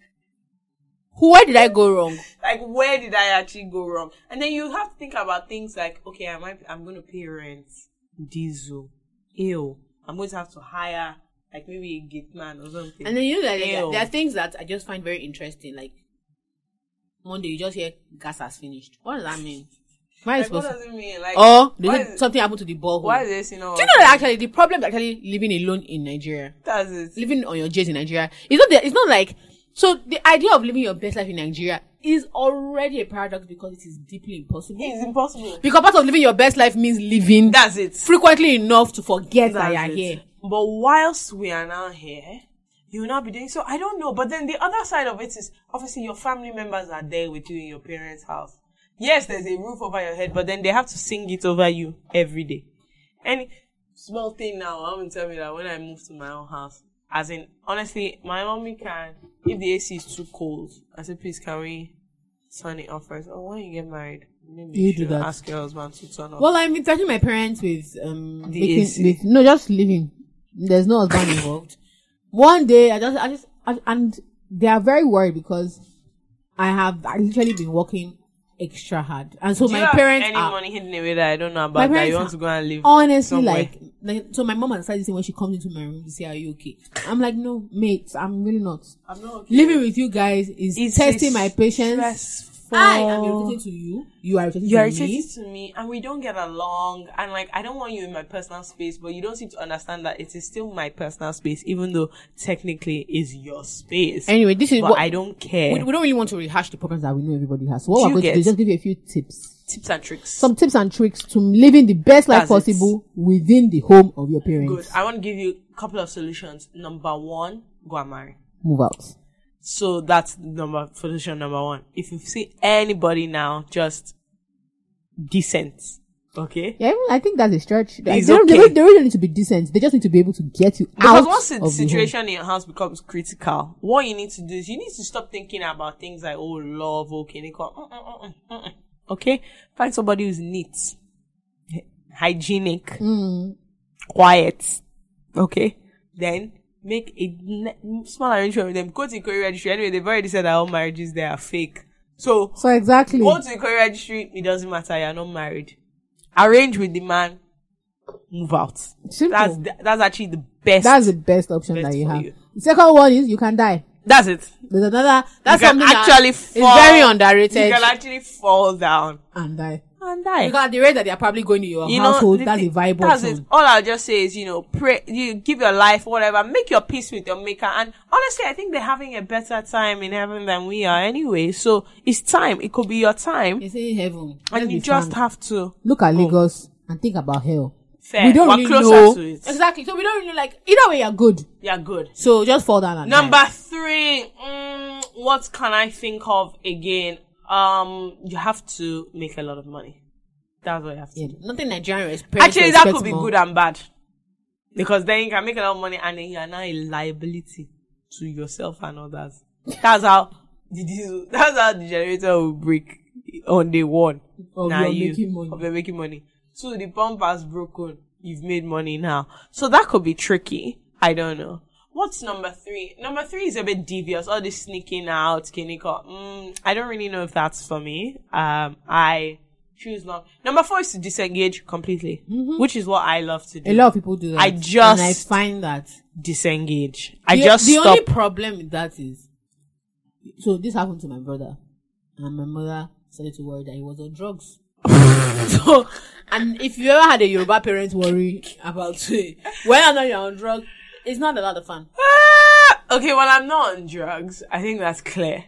S3: Who? Where did I go wrong?
S1: like where did I actually go wrong? And then you have to think about things like, okay, I might, I'm going to pay rent, diesel, ew, I'm going to have to hire like maybe a gate man or something.
S3: And then you know that there,
S1: Ew.
S3: there are things that I just find very interesting. Like one day you just hear gas has finished. What does that mean? Why is
S1: like, what
S3: supposed?
S1: does it mean? Like,
S3: Or Oh, they
S1: why
S3: said
S1: is,
S3: something happened to the ball.
S1: why is this? You know,
S3: Do you know that actually the problem is actually living alone in Nigeria,
S1: that's it.
S3: living on your J's in Nigeria, it's not. The, it's not like so. The idea of living your best life in Nigeria is already a paradox because it is deeply impossible.
S1: It's impossible.
S3: because part of living your best life means living
S1: That's it.
S3: frequently enough to forget that
S1: That's
S3: you're
S1: it.
S3: here.
S1: But whilst we are now here, you will not be doing so. I don't know. But then the other side of it is obviously your family members are there with you in your parents' house. Yes, there's a roof over your head, but then they have to sing it over you every day. Any small thing now, I'm gonna tell me that when I move to my own house, as in honestly, my mommy can if the AC is too cold, I say please can we turn it off first? Or when you get married, maybe you,
S3: You do
S1: should
S3: that.
S1: ask your husband to turn off.
S3: Well, I'm interacting my parents with um
S1: The
S3: making-
S1: AC.
S3: with- no, just living. There's no husband involved. One day, I just, I just, I, and they are very worried because I have I literally been working extra hard, and so
S1: Do you
S3: my
S1: have
S3: parents
S1: any
S3: are
S1: money hidden away that I don't know
S3: my
S1: about that you
S3: parents
S1: want to go and live
S3: honestly
S1: somewhere?
S3: like, like. So my mom has started saying when she comes into my room to say, "Are you okay?" I'm like, "No, mate, I'm really not.
S1: I'm not okay.
S3: Living with you guys is
S1: It's
S3: testing my patience.
S1: stressful.
S3: I am irritated to you. You are irritated
S1: you are
S3: to me.
S1: irritated to me and we don't get along and like I don't want you in my personal space but you don't seem to understand that it is still my personal space even though technically it's your space
S3: Anyway, this is
S1: but
S3: what
S1: I don't care
S3: we, we don't really want to rehash the problems that we know everybody has. So what
S1: Eh. Do
S3: we're
S1: you
S3: going to
S1: get-
S3: do is just give you a few tips.
S1: tips and tricks
S3: Some tips and tricks to living the best life
S1: That's it.
S3: possible within the home of your
S1: good
S3: parents.
S1: I want to give you a couple of solutions number one go and marry
S3: Move out.
S1: So that's number solution number one. If you see anybody now, just decent. Okay.
S3: Yeah, even- I think that's a stretch. They
S1: It's
S3: don't, they,
S1: okay.
S3: don't, they really don't need to be decent. They just need to be able to get you
S1: Because
S3: out
S1: once the
S3: of the home.
S1: situation in your house becomes critical, what you need to do is you need to stop thinking about things like, oh, love, okay, Nicole. Mm, mm, mm, mm, mm. Okay? Find somebody who's neat, hy- hygienic,
S3: Mm.
S1: quiet. Okay? Then make a n- small arrangement with them. Go to the Korea registry. Anyway, they've already said that all marriages there are fake. So,
S3: So exactly.
S1: go to the Korea registry. It doesn't matter. You're not married. Arrange with the man. Move out.
S3: Simple.
S1: That's,
S3: That's,
S1: that's actually the best.
S3: the best option
S1: Best
S3: that you
S1: for
S3: have.
S1: you.
S3: The second one is you can die.
S1: That's it.
S3: There's another. That's
S1: you can
S3: something that
S1: actually
S3: is
S1: fall.
S3: very
S1: You
S3: underrated.
S1: can actually fall down
S3: and die.
S1: and die.
S3: Because at the rate that they are probably going to your
S1: You know,
S3: household,
S1: the
S3: that's a
S1: thing-
S3: viable
S1: that's
S3: option.
S1: it. All I'll just say is, you know, pray, you give your life, whatever, make your peace with your maker. And honestly, I think they're having a better time in heaven than we are anyway. So it's time. It could be your time.
S3: It's in heaven. Let's
S1: and you
S3: be
S1: just
S3: frank.
S1: have to.
S3: look at Lagos and think about hell.
S1: Fair.
S3: We don't
S1: Oh. Eh, We're
S3: really
S1: closer
S3: know.
S1: to it.
S3: Exactly. So we don't really like. Either way, you're good.
S1: Yeah, good.
S3: So just fall down and
S1: Number
S3: die.
S1: three, mm, what can I think of again? Um, you have to make a lot of money. That's what you have to
S3: Yeah,
S1: do.
S3: nothing Nigerian is
S1: Actually, that could be good and bad. Because then you can make a lot of money and then you are now a liability to yourself and others. That's how the diesel, that's how the generator will break on day one.
S3: Of
S1: Now
S3: your making money.
S1: Of your making money. So the pump has broken. You've made money now. So that could be tricky. I don't know. What's number three? Number three is a bit devious. All this sneaking out, kiniko. Mm, I don't really know if that's for me. Um, I choose not. Number four is to disengage completely,
S3: Mm-hmm.
S1: which is what I love to do.
S3: A lot of people do that.
S1: I just-
S3: and I find that
S1: disengage. I
S3: the,
S1: just
S3: the
S1: stop.
S3: only problem with that is. So this happened to my brother, and my mother started to worry that he was on drugs. so, and if you ever had a Yoruba parent worry about it, whether or not you're on drugs, it's not a lot of fun.
S1: Ah! okay, well, I'm not on drugs. I think that's clear.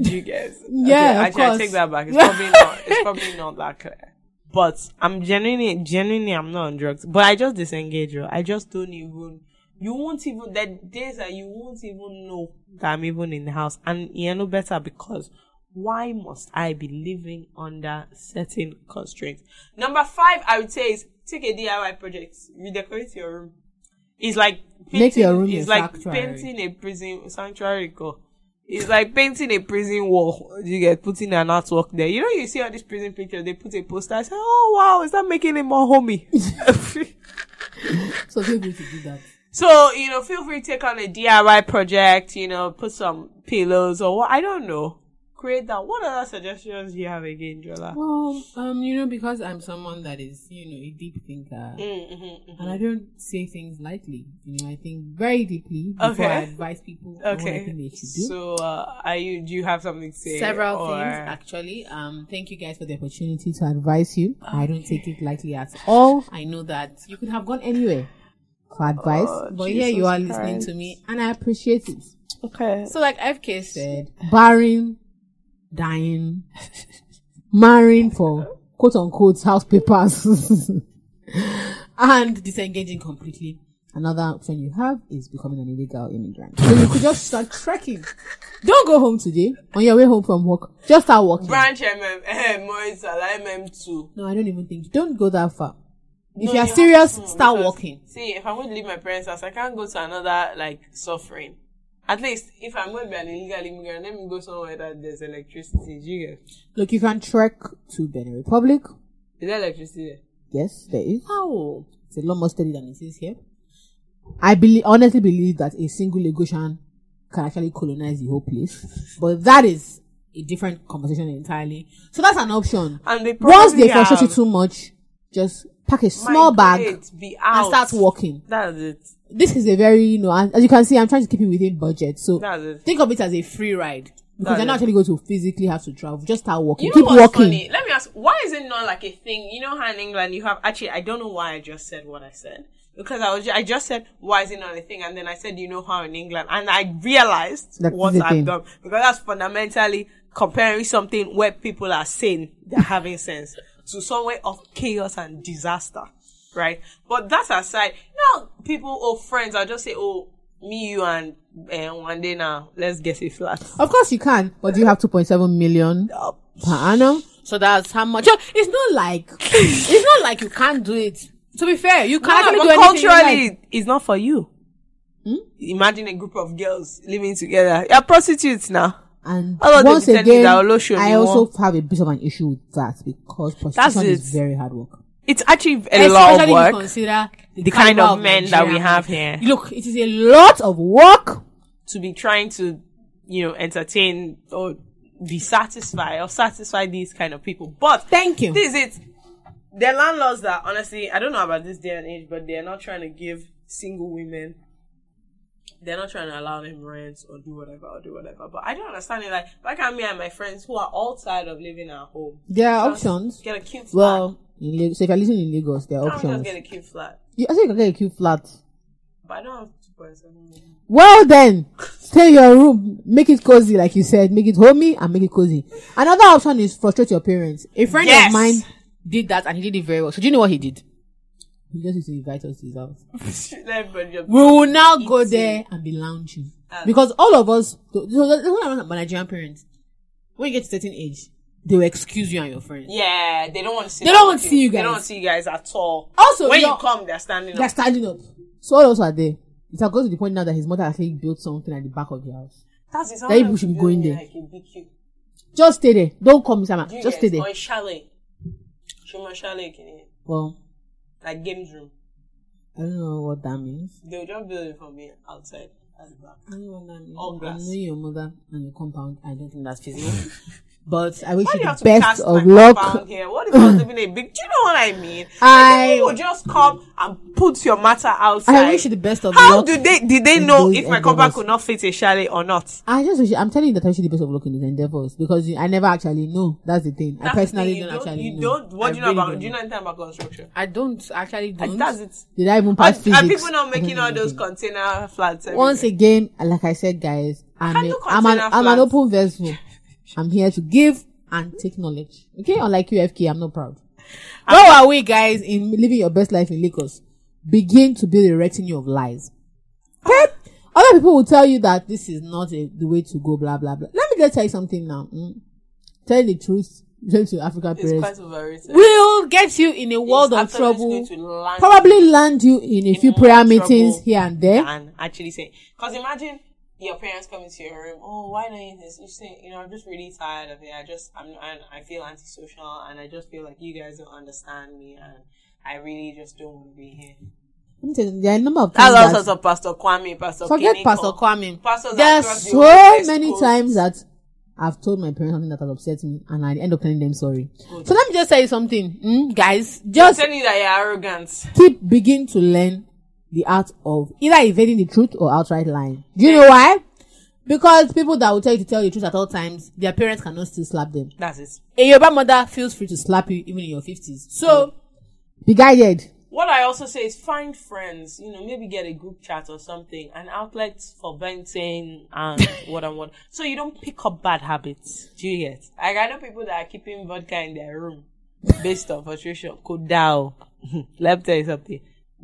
S1: Do you guys? Okay,
S3: Yeah, of
S1: actually, I
S3: course.
S1: take that back. It's probably not. It's probably not that clear. But I'm genuinely, genuinely, I'm not on drugs. But I just disengage. yo. I just don't even. You won't even. There are days that you won't even know that I'm even in the house, and you know better because why must I be living under certain constraints? Number five, I would say is take a DIY project, redecorate your room. It's like painting,
S3: Make your room
S1: It's
S3: your
S1: like
S3: sanctuary.
S1: painting a prison sanctuary. Go. It's like painting a prison wall. You get putting an artwork there. You know, you see on this prison picture, they put a poster. I say, oh wow, is that making it more homey?
S3: So people to do that.
S1: so you know, feel free to take on a DIY project. You know, put some pillows or what. I don't know. Create that. What other suggestions do you have again, Jola?
S3: Well, um, you know, because I'm someone that is, you know, a deep thinker, and I don't say things lightly. You know, I think very deeply before
S1: Okay.
S3: I advise people on what I think
S1: Okay.
S3: they should do.
S1: So, uh, are you? Do you have something to say?
S3: Several
S1: or-
S3: things, actually. Um, thank you guys for the opportunity to advise you. I don't take it lightly at all. I know that you could have gone anywhere for advice, but here you
S1: Oh, Jesus
S3: are listening to me, and I appreciate it.
S1: Okay.
S4: So like I've kissed.
S3: said, barring, dying, marrying for quote unquote house papers, and disengaging completely. Another option you have is becoming an illegal immigrant. So you could just start trekking. Don't go home today. On your way home from work, just start walking.
S1: Branch MM, eh, Moise Salah MM2.
S3: No, I don't even think. Don't go that far. If
S1: No,
S3: you're
S1: have
S3: serious,
S1: to,
S3: start
S1: because,
S3: walking.
S1: See, if I'm going to leave my parents' house, I can't go to another like suffering. At least if I'm going to be an illegal immigrant, let me go somewhere that there's electricity. Do you get?
S3: Look, you can trek to Benin Republic.
S1: Is there electricity? there?
S3: Yes, there is. How? It's a lot more steady than it is here. I believe, honestly believe that a single Lagosian can actually colonize the whole place. But that is a different conversation entirely. So that's an option.
S1: And they
S3: Once
S1: probably
S3: they frustrate you
S1: have-
S3: too much, just pack a small bag
S1: Migrate, be
S3: and
S1: out.
S3: start walking.
S1: That's it.
S3: This is a very, you know, and as you can see, I'm trying to keep it within budget. So
S1: That's it.
S3: think of it as a free ride. Because
S1: That
S3: you're
S1: is-
S3: not actually going to physically have to travel. Just start walking.
S1: You know
S3: Keep
S1: what's
S3: walking.
S1: funny? Let me ask. Why is it not like a thing? You know how in England you have actually. I don't know why I just said what I said because I was. ju- I just said why is it not a thing, and then I said you know how in England, and I realized
S3: That
S1: what
S3: is a
S1: I've
S3: thing.
S1: done because that's fundamentally comparing something where people are sane, they're having sense, to somewhere of chaos and disaster, right? But that aside, now people or friends, I'll just say, oh, me, you, and uh, one day now, let's get a flat.
S3: Of course you can, but do you have 2.7 million per annum? So that's how much. It's not like it's not like you can't do it. To be fair, you can
S1: No,
S3: actually
S1: Ah, but
S3: do anything. you
S1: culturally,
S3: like.
S1: it's not for you.
S3: Hmm?
S1: Imagine a group of girls living together. You're prostitutes now.
S3: and
S1: all of the
S3: once
S1: pretending
S3: again,
S1: that Olosho
S3: I
S1: ni
S3: also
S1: wọ́n.
S3: have a bit of an issue with that because prostitution
S1: it.
S3: is very hard work.
S1: It's actually a lot of
S3: Especially if you
S1: work.
S3: consider the,
S1: The kind
S3: caliber
S1: of men that we
S3: Nigerian
S1: have
S3: people.
S1: here.
S3: Look, it is a lot of work.
S1: to be trying to, you know, entertain or be satisfied or satisfy these kind of people. But
S3: Thank you.
S1: this is it. There are landlords that honestly, I don't know about this day and age, but they're not trying to give single women. They're not trying to allow them rent or do whatever or do whatever. But I don't understand it. Like, why can't me and my friends who are all tired of living at home
S3: There are options.
S1: get a cute flat?
S3: Well, in Lag- so if you're living in Lagos, there are
S1: I'm just
S3: options.
S1: get a cute flat,
S3: You also can get a cute flat.
S1: but I don't have two point seven million.
S3: Well then, stay in your room, make it cozy, like you said, make it homey and make it cozy. Another option is frustrate your parents. A friend
S1: Yes.
S3: of mine did that and he did it very well. So do you know what he did? He just used to invite us to his house.
S1: Everybody just-
S3: We will now go there and be lounging
S1: Oh.
S3: because all of us. So that's what I want my Nigerian parents. When you get to certain age, they will excuse you and your friends.
S1: Yeah, they don't want to see.
S3: They
S1: that
S3: don't want
S1: with
S3: to see you
S1: They don't
S3: guys.
S1: want to see you guys at all.
S3: Also,
S1: when you
S3: you're-
S1: come, they're standing
S3: They're
S1: up.
S3: standing up. So all of us are there. It has got to the point now that his mother actually built something at the back of the house.
S1: That's it.
S3: people should be going there. Just stay there. Don't come inside. man. Just stay there.
S1: Or a chalet. Shuma chalet, can you-
S3: Well,
S1: like games room.
S3: I don't know what that means.
S1: They'll just build it from the outside. at the back.
S3: I don't know what that means.
S1: All
S3: I
S1: glass.
S3: know your mother and your compound. I don't think that's feasible. but I wish
S1: Why do
S3: you
S1: you have to
S3: the best
S1: cast
S3: of
S1: my
S3: luck.
S1: compound here? What if I was living a big? Do you know what I mean? Like,
S3: I-
S1: people will just come and put your matter outside.
S3: I wish you the best of
S1: How
S3: luck.
S1: do they? Did they
S3: in
S1: know
S3: those
S1: if my compound
S3: endeavors.
S1: could not fit a chalet or not?
S3: I just wish I'm telling you that I wish you the best of luck in these endeavors because I never actually know. That's the thing.
S1: That's the
S3: I personally
S1: thing, you
S3: don't, actually
S1: You
S3: know.
S1: don't. What
S3: I
S1: do you know
S3: really
S1: about?
S3: don't
S1: Do you know anything about construction?
S4: I don't actually
S1: Like,
S4: don't.
S1: That's it.
S3: Did I even
S1: Are,
S3: pass
S1: are
S3: physics?
S1: people
S3: I
S1: not
S3: don't
S1: making
S3: know
S1: all those
S3: anything.
S1: container flats? everywhere?
S3: Once again, like I said, guys, I'm,
S1: How
S3: a,
S1: do
S3: I'm, an,
S1: container
S3: I'm an
S1: flats?
S3: open vessel. I'm here to give and take knowledge. Okay, unlike UFK, I'm not proud. Where are we, guys, in living your best life in Lagos? Begin to build a retinue of lies. Okay? Other people will tell you that this is not a, the way to go, blah, blah, blah. Let me just tell you something now. Mm. Tell the truth tell to African
S1: it's quite
S3: parents.
S1: overrated.
S3: Will get you in a world
S1: It's
S3: of
S1: actually just
S3: trouble.
S1: going to land
S3: Probably land you in a few
S1: more
S3: prayer
S1: trouble
S3: meetings here and there.
S1: and actually say, because imagine your parents coming to your room. Oh, why don't you this? You say, you know, I'm just really tired of it. I just, I'm, and I feel antisocial, and I just feel like you guys don't understand me, and I really just don't want to be here.
S3: Let me tell you, There are a number of times.
S1: That's all
S3: that-
S1: sorts of Pastor Kwame, Pastor.
S3: forget
S1: Kiniko.
S3: Pastor Kwame.
S1: Pastors
S3: there are
S1: across the whole
S3: so
S1: West
S3: many
S1: Coast.
S3: times that I've told my parents something that has upset me, and I end up telling them sorry. So let me just tell you something, mm, guys.
S1: I'm
S3: Just
S1: telling you that you're arrogant.
S3: keep begin to learn the art of either evading the truth or outright lying. Do you know why? Because people that will tell you to tell you the truth at all times, their parents cannot still slap them.
S1: That's it.
S3: A Yoruba mother feels free to slap you even in your fifties. So be guided.
S1: What I also say is find friends, you know, maybe get a group chat or something, an outlet for venting and what and what. So you don't pick up bad habits. Do you get? Like I know people that are keeping vodka in their room based on frustration. Kodao. Let me tell you something.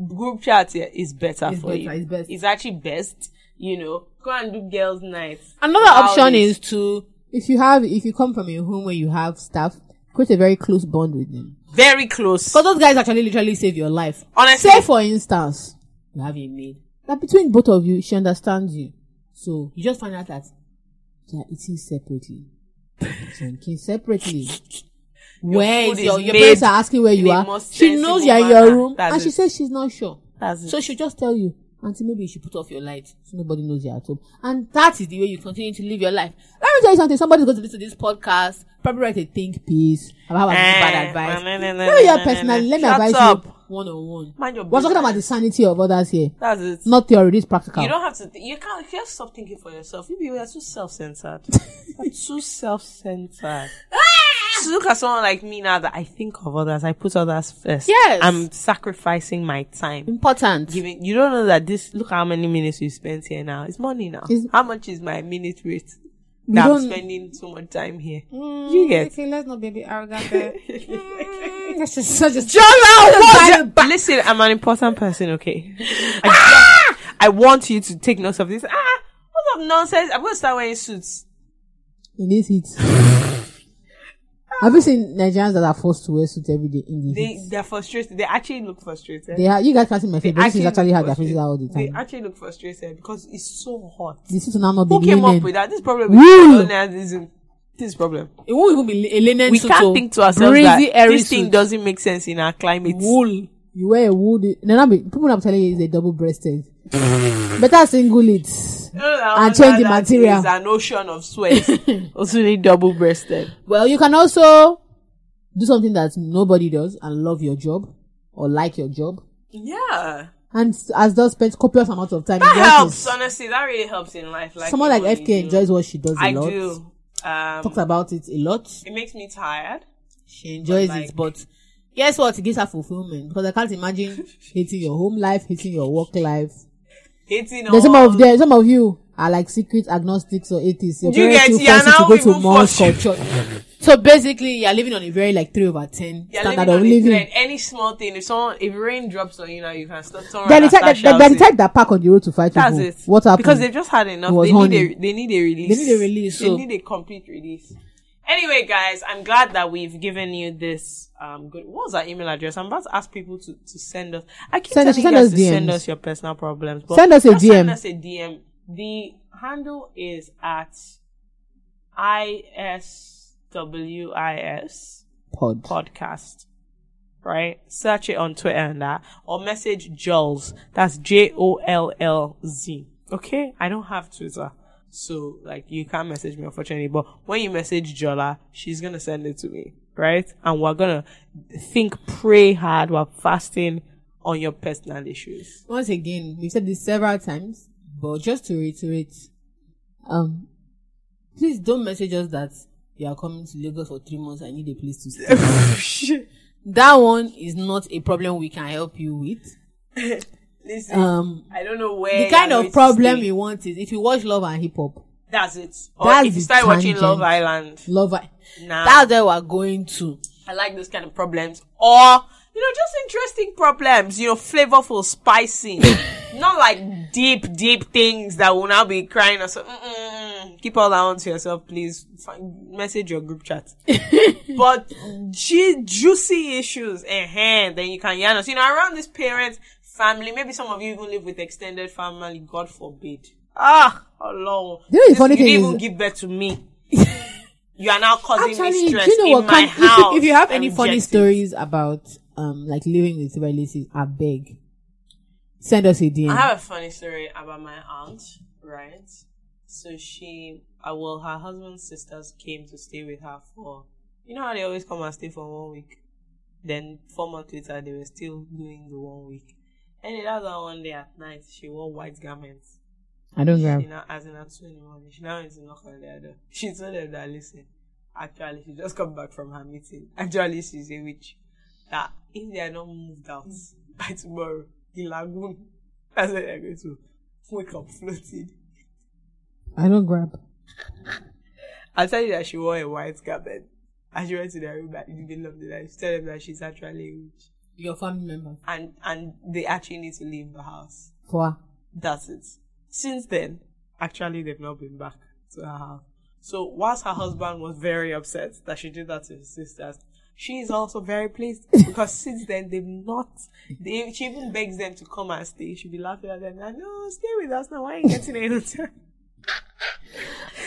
S1: Group chat here is better
S3: It's
S1: for
S3: better,
S1: you.
S3: it's best.
S1: actually best, you know. Go and do girls' nights.
S3: Another
S1: Wow,
S3: option
S1: this-
S3: is to if you have if you come from a home where you have staff, create a very close bond with them.
S1: Very close.
S3: Because those guys actually literally save your life.
S1: Honestly.
S3: Say for instance, you have a maid. That between both of you, she understands you. So you just find out that they are eating separately. Drinking separately. where
S1: food
S3: is
S1: is
S3: your, your
S1: made
S3: parents are asking where you
S1: the
S3: are.
S1: most
S3: She knows you're in
S1: sensible
S3: your
S1: manner.
S3: room
S1: That's
S3: and she
S1: it.
S3: says she's not sure.
S1: That's it.
S3: So she'll just tell you, Auntie, maybe you should put off your light so nobody knows you're at home. And that is the way you continue to live your life. Let me tell you something. Somebody's going to listen to this podcast, probably write a think piece about how I'm
S1: Eh,
S3: bad advice.
S1: no, no, no,
S3: Maybe
S1: no,
S3: your
S1: no,
S3: personal,
S1: no.
S3: let me
S1: Shut
S3: advise
S1: up.
S3: you one on one.
S1: Mind your
S3: We're talking about the
S1: business.
S3: sanity of others here.
S1: That's it.
S3: Not theory, this practical.
S1: You don't have to. Th- you can't. You have to stop thinking for yourself. You people are too self-centered. You're too self-centered.
S3: Ah!
S1: so look at someone like me now that I think of others. I put others first.
S3: Yes.
S1: I'm sacrificing my time.
S3: Important.
S1: Giving. You don't know that this. Look how many minutes you spent here now. It's money now.
S3: It's-
S1: how much is my minute rate? That I'm
S3: don't- Mm,
S1: spending so much time here. you get.
S4: Okay, let's not be a bit arrogant there. Mm, that's just such a
S1: John,
S3: Just
S1: what?
S3: buy
S1: the- Listen, I'm an important person. Okay. I just, I want you to take notes of this. Ah, what of nonsense? I'm gonna start wearing suits.
S3: in this heat. Have you seen Nigerians that are forced to wear suits every day in the
S1: They
S3: heat?
S1: they're frustrated. They actually look frustrated.
S3: They are, you guys can't see my face,
S1: They
S3: but this is
S1: look
S3: actually how they're
S1: frustrated.
S3: facing all the
S1: They
S3: time.
S1: actually look frustrated because it's so hot.
S3: The suits will now not be
S1: Who came
S3: linen.
S1: up with that? This problem is
S3: Wool.
S1: colonialism. This problem.
S4: It won't even be a linen
S1: We
S4: suit,
S1: can't
S4: oh.
S1: think to ourselves
S4: Breezy,
S1: that
S4: airy
S1: this thing
S4: suit.
S1: doesn't make sense in our climate.
S4: wool.
S3: You wear a wood. No, no, people are telling you it's a double breasted. Better single it.
S1: and
S3: change the material.
S1: It's an ocean of sweat. also need double breasted.
S3: Well, you can also do something that nobody does and love your job or like your job.
S1: Yeah.
S3: And s- as does spend copious amount of time
S1: That
S3: in the office.
S1: helps, honestly. That really helps in life. Like
S3: Someone
S1: you
S3: like
S1: know, you
S3: FK
S1: do.
S3: enjoys what she does a
S1: I
S3: lot.
S1: do.
S3: Talks
S1: Um,
S3: about it a lot.
S1: it makes me tired.
S3: She enjoys
S1: But,
S3: it, but guess what? It gives her fulfillment because I can't imagine hating your home life, hating your work life.
S1: Hating
S3: There's some
S1: all-
S3: of them, some of you are like secret agnostics or atheists. Your
S1: Do you
S3: parents
S1: get-
S3: still
S1: you are
S3: force you
S1: now
S3: to go
S1: even
S3: to mosque or
S1: forced-
S3: church. So basically, you're living on a very like three over ten
S1: You're
S3: standard
S1: living
S3: of
S1: on a
S3: living.
S1: thread. Any small thing, if someone, if rain drops on you now, you can stop. Turn
S3: They're
S1: around
S3: the
S1: and
S3: type
S1: start
S3: that they're- they're the
S1: shouting.
S3: type that park on the road to fight
S1: That's
S3: people.
S1: it.
S3: What happened?
S1: Because they've just had enough.
S3: It was
S1: They need, a,
S3: honey.
S1: they need a release.
S3: They need a release,
S1: They
S3: so-
S1: need a complete release. Anyway, guys, I'm glad that we've given you this. Um, good. What was our email address? I'm about to ask people to, to send us. I keep
S3: Send us-
S1: telling
S3: send
S1: you guys
S3: us
S1: to
S3: DMs.
S1: send us your personal problems. But
S3: Send us a
S1: just Send
S3: DM.
S1: us a DM. The handle is at iswis
S3: pod.
S1: podcast. Right? Search it on Twitter and that. Or message Jols. That's J O L L Z. Okay? I don't have Twitter. So like you can't message me unfortunately. But when you message Jola, she's gonna send it to me. Right? And we're gonna think, pray hard while fasting on your personal issues.
S3: Once again, we've said this several times, but just to reiterate, um, please don't message us that you are coming to Lagos for three months and need a place to stay. that one is not a problem we can help you with.
S1: Listen,
S3: Um,
S1: I don't know where
S3: the kind
S1: you're
S3: of
S1: going to
S3: problem
S1: stay.
S3: we want is if you watch Love and Hip Hop,
S1: that's it. Or
S3: That's
S1: if
S3: the
S1: you start watching
S3: tangent.
S1: Love Island.
S3: Love, I-
S1: Nah.
S3: that's where we're going to.
S1: I like those kind of problems. Or, you know, just interesting problems, you know, flavorful, spicy. Not like deep, deep things that will now be crying or so. Mm-mm. Keep all that on to yourself, please. Find, message your group chat. but ju- juicy issues, eh, then you can yarn us. You know, around this parents, family, maybe some of you even live with extended family, God forbid. Ah, alone.
S3: You know the funny
S1: you
S3: thing
S1: didn't
S3: is-
S1: even give birth to me. You are now causing me
S3: Actually, do
S1: stress
S3: you know
S1: in
S3: what?
S1: my
S3: Can, if, you,
S1: house.
S3: if you have any
S1: I'm
S3: funny
S1: rejected.
S3: stories about um like living with relatives, I beg, send us a DM.
S1: I have a funny story about my aunt, right? So she, uh, well, her husband's sisters came to stay with her for, you know how they always come and stay for one week? Then four months later, they were still doing the one week. And it was one day at night, she wore white garments.
S3: I don't grab.
S1: She now, as in at two in the morning, she now went to knock on their door. She told them that, listen, actually, she just come back from her meeting. Actually, she's a witch. That if they are not moved out by tomorrow, the lagoon, that's when they're going to wake up floating.
S3: I don't grab.
S1: I'll tell you that she wore a white garment. And she went to their room at- in the middle of the night. She told them that she's actually a witch.
S3: Your family member.
S1: And, and they actually need to leave the house.
S3: For
S1: That's it. Since then, actually, they've not been back to her house. So, whilst her husband was very upset that she did that to his sisters, she is also very pleased because since then they've not. They, she even begs them to come and stay. She'll be laughing at them like, "No, stay with us now. Why are you getting a hotel?"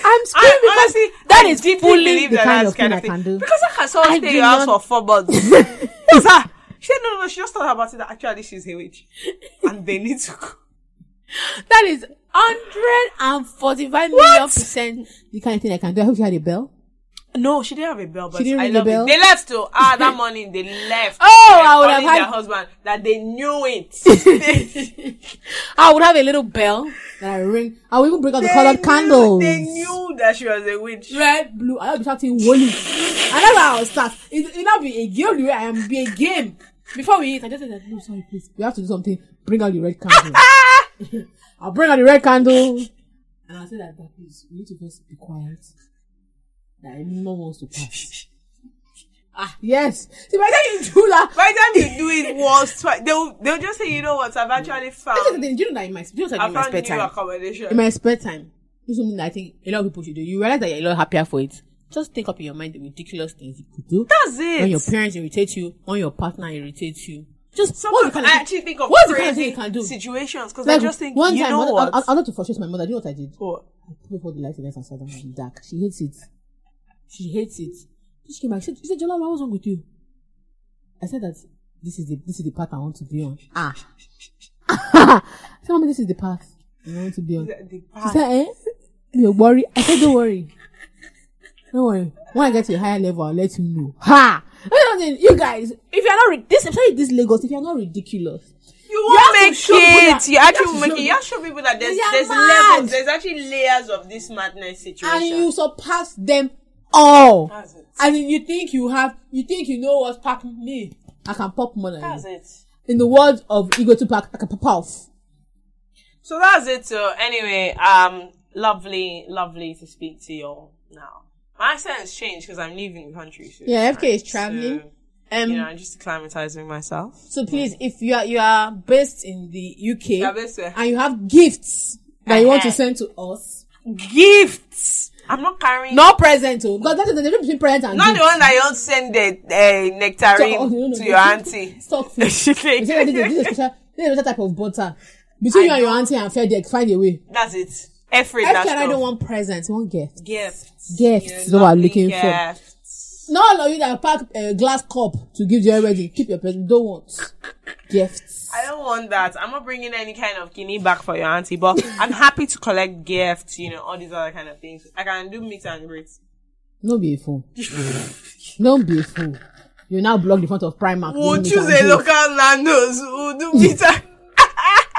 S3: I'm screaming
S1: I honestly,
S3: that
S1: I
S3: is
S1: deeply
S3: fully
S1: believe
S3: the
S1: that
S3: kind
S1: that's
S3: of thing
S1: kind
S3: I
S1: of thing.
S3: can do.
S1: Because I can someone
S3: I
S1: stay in
S3: do
S1: your house
S3: not-
S1: for four months. Yes, ah. She said, "No, no, no." She just thought about it. That actually, she's a witch, and they need to go.
S3: that is
S4: Hundred and forty-five
S3: What?
S4: million percent.
S3: the kind of thing I can do. I hope you had a bell.
S1: No, she didn't have a bell, but
S3: She didn't
S1: I
S3: ring the
S1: love
S3: bell?
S1: it. They left too. Ah, that morning they left.
S4: Oh, I would
S1: Telling
S4: have
S1: their
S4: had-
S1: husband that they knew it.
S4: I would have a little bell,
S3: That I ring. I will even bring out the
S1: They
S3: colored
S1: knew-
S3: candles.
S1: They knew that she was a witch.
S3: Red, blue. I'll be shouting holy. And that's how I'll start. It, it'll not be a game. the way I am be a game. Before we eat, I just said, no, sorry, please. We have to do something. Bring out the red candle. I'll bring out the red candle. And I'll say that, "Dad, please, we need to just be quiet. That anyone wants to pass. Ah, Yes. See, by the time you do that,
S1: By the time you do it once, twice, they'll they'll just say, you know what? I've actually
S3: That's the
S1: found
S3: thing. Do you know that in my, do you know that
S1: I
S3: in my
S1: found
S3: spare
S1: new
S3: time?
S1: accommodation.
S3: In my spare time, this is something that I think a lot of people should do. You realize that you're a lot happier for it. Just think up in your mind the ridiculous things you could do.
S1: That's
S3: When your
S1: it.
S3: parents irritate you, when your partner irritates you. Just what you
S1: Sometimes
S3: can
S1: I actually think of
S3: what's the kind of thing
S1: crazy
S3: you can do?
S1: situations because I
S3: Like,
S1: just think,
S3: one
S1: you
S3: time,
S1: know
S3: mother-
S1: what?
S3: I, I, I love to frustrate my mother. Do you know what I did?
S1: What?
S3: before the light went and sat down in the dark. She hates it. She hates it. She came back. She said, she said Jola, what's wrong with you? I said that this is the this is the path I want to be on. Ah. I said, Mommy, this is the path I want to be on.
S1: The- the
S3: She
S1: path.
S3: said, eh? You worry? I said, don't worry. Don't worry. When I get to a higher level, I'll let you know. Ha! I mean, you guys, if you're not, ri- this, especially this Lagos, if you're not ridiculous,
S1: You
S3: have
S1: won't
S3: to
S1: make
S3: show people
S1: it.
S3: that-
S1: You
S3: you have
S1: actually
S3: to
S1: will make
S3: show
S1: it. You
S3: them.
S1: have to show people that there's
S3: They are
S1: there's
S3: mad.
S1: levels. There's actually layers of this madness situation.
S3: and you surpass them all.
S1: That's it.
S3: I mean, you think you have, you think you know what's popping me. I can pop more than
S1: That's
S3: you.
S1: it.
S3: In the words of Ego Tupac, I can pop off.
S1: So that's it. So anyway, um, lovely, lovely to speak to you all now. My accent has changed because I'm leaving the country. soon,
S3: Yeah, FK is
S1: right?
S3: traveling.
S1: So,
S4: Um,
S1: you know, I'm just acclimatizing myself.
S4: so please, if you are you are based in the UK
S1: Yeah, this, uh,
S3: And you have gifts that you want to
S1: Uh-huh.
S3: send to us.
S1: Gifts. I'm not carrying.
S3: Not present, oh. Because that's the difference between present and
S1: Not
S3: gift.
S1: the one that you don't send the uh,
S3: Stock- oh, no,
S1: nectarine
S3: no,
S1: to
S3: no.
S1: your auntie.
S3: Stock food.
S1: She
S3: You see, this is this is a
S1: think-
S3: special, this is a special type of butter. Between you and your auntie and FedEx, find a way.
S1: That's it. Every
S3: FK
S1: that's
S3: and I
S1: all.
S3: don't want presents, we want gifts.
S1: gifts.
S3: Gifts
S1: You
S3: is what I'm
S1: lovely
S3: looking for.
S1: gifts.
S3: Not all of you that pack a glass cup to give to everybody. Keep your present. Don't want gifts.
S1: I don't want that. I'm not bringing any kind of guinea back for your auntie, but I'm happy to collect gifts, you know, all these other kind of things. I can do meet and greets.
S3: No be a fool. Don't be a fool. You now block the front of Primark.
S1: We'll
S3: Don't make
S1: choose
S3: am
S1: a
S3: do it.
S1: local Nando's. We'll do meet and,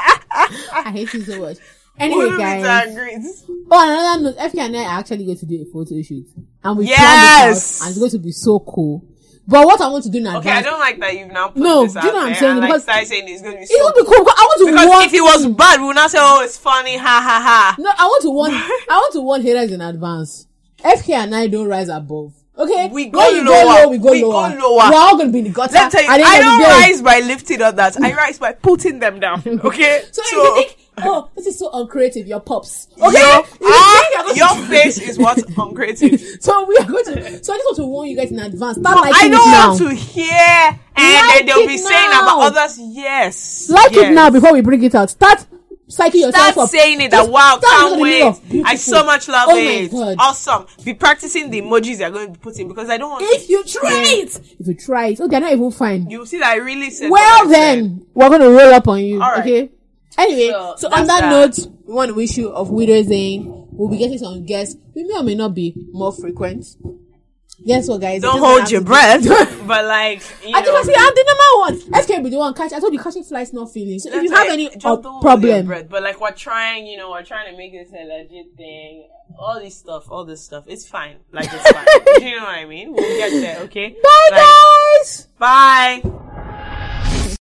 S3: I hate you so
S1: we'll
S3: much. Anyway,
S1: do meet
S3: guys.
S1: and greets.
S3: Oh, another note. FK and I are actually going to do a photo shoot, and we planned
S1: Yes!
S3: it out, and it's going to be so cool. But what I want to do now,
S1: Okay, I don't like that you've now put
S3: No,
S1: this
S3: do
S1: out
S3: you know what I'm
S1: there
S3: saying?
S1: and like
S3: Because-
S1: started saying it's going to be
S3: It
S1: so
S3: will be cool. But I want to
S1: Because
S3: warn.
S1: if it was bad, we would not say, oh, it's funny, ha ha ha.
S3: no, I want to warn. I want to warn haters in advance. FK and I don't rise above. Okay,
S1: We
S3: When
S1: go
S3: you
S1: lower.
S3: we go
S1: We go
S3: lower.
S1: lower.
S3: We're all going to be in the gutter.
S1: Let me tell
S3: At
S1: you,
S3: the
S1: I
S3: end of
S1: don't
S3: the day-
S1: rise by lifting others. I rise by putting them down. Okay?
S3: So, if you think, oh, this is so uncreative, your pops. Okay,
S1: Your,
S3: If you think you're
S1: ah,
S3: going to
S1: your face is what's creative.
S3: So we are going to. So I just want to warn you guys in advance. Start liking
S1: I
S3: it
S1: don't
S3: now.
S1: want to hear, and then
S3: Like
S1: they'll
S3: it
S1: be saying about
S3: now.
S1: others. Yes,
S3: like
S1: yes.
S3: it now before we bring it out. Start psyching yourself
S1: Start
S3: up.
S1: saying it. That
S3: Just
S1: wow,
S3: start
S1: can't
S3: looking in the mirror.
S1: wait. I
S3: Beautiful.
S1: so much love
S3: Oh my
S1: it.
S3: God.
S1: Awesome. Be practicing the emojis they're going to put in because I don't want.
S3: If you try it, if you try it, oh, they're not even fine.
S1: You see that I really said.
S3: well
S1: what I said.
S3: then, we're going to roll up on you.
S1: All right.
S3: Okay. Anyway,
S1: So,
S3: so, on
S1: that's
S3: that,
S1: that.
S3: note, we want to wish you of Widow's Day. We'll be getting some guests. We may or may not be more frequent. Guess what, guys?
S1: Don't
S3: You just
S1: hold
S3: have
S1: your
S3: to-
S1: breath, but like you
S3: I think
S1: know,
S3: I see I'm the number one. FK be the one catch. I told you catching flies not feeling. So if
S1: that's
S3: you have
S1: why
S3: any
S1: just
S3: uh,
S1: don't hold your
S3: problem,
S1: breath. but like we're trying, you know, we're trying to make this a legit thing. All this stuff, all this stuff, it's fine. Like it's fine. Do you know what I mean? We'll get there, okay?
S3: bye
S1: Like,
S3: guys.
S1: Bye.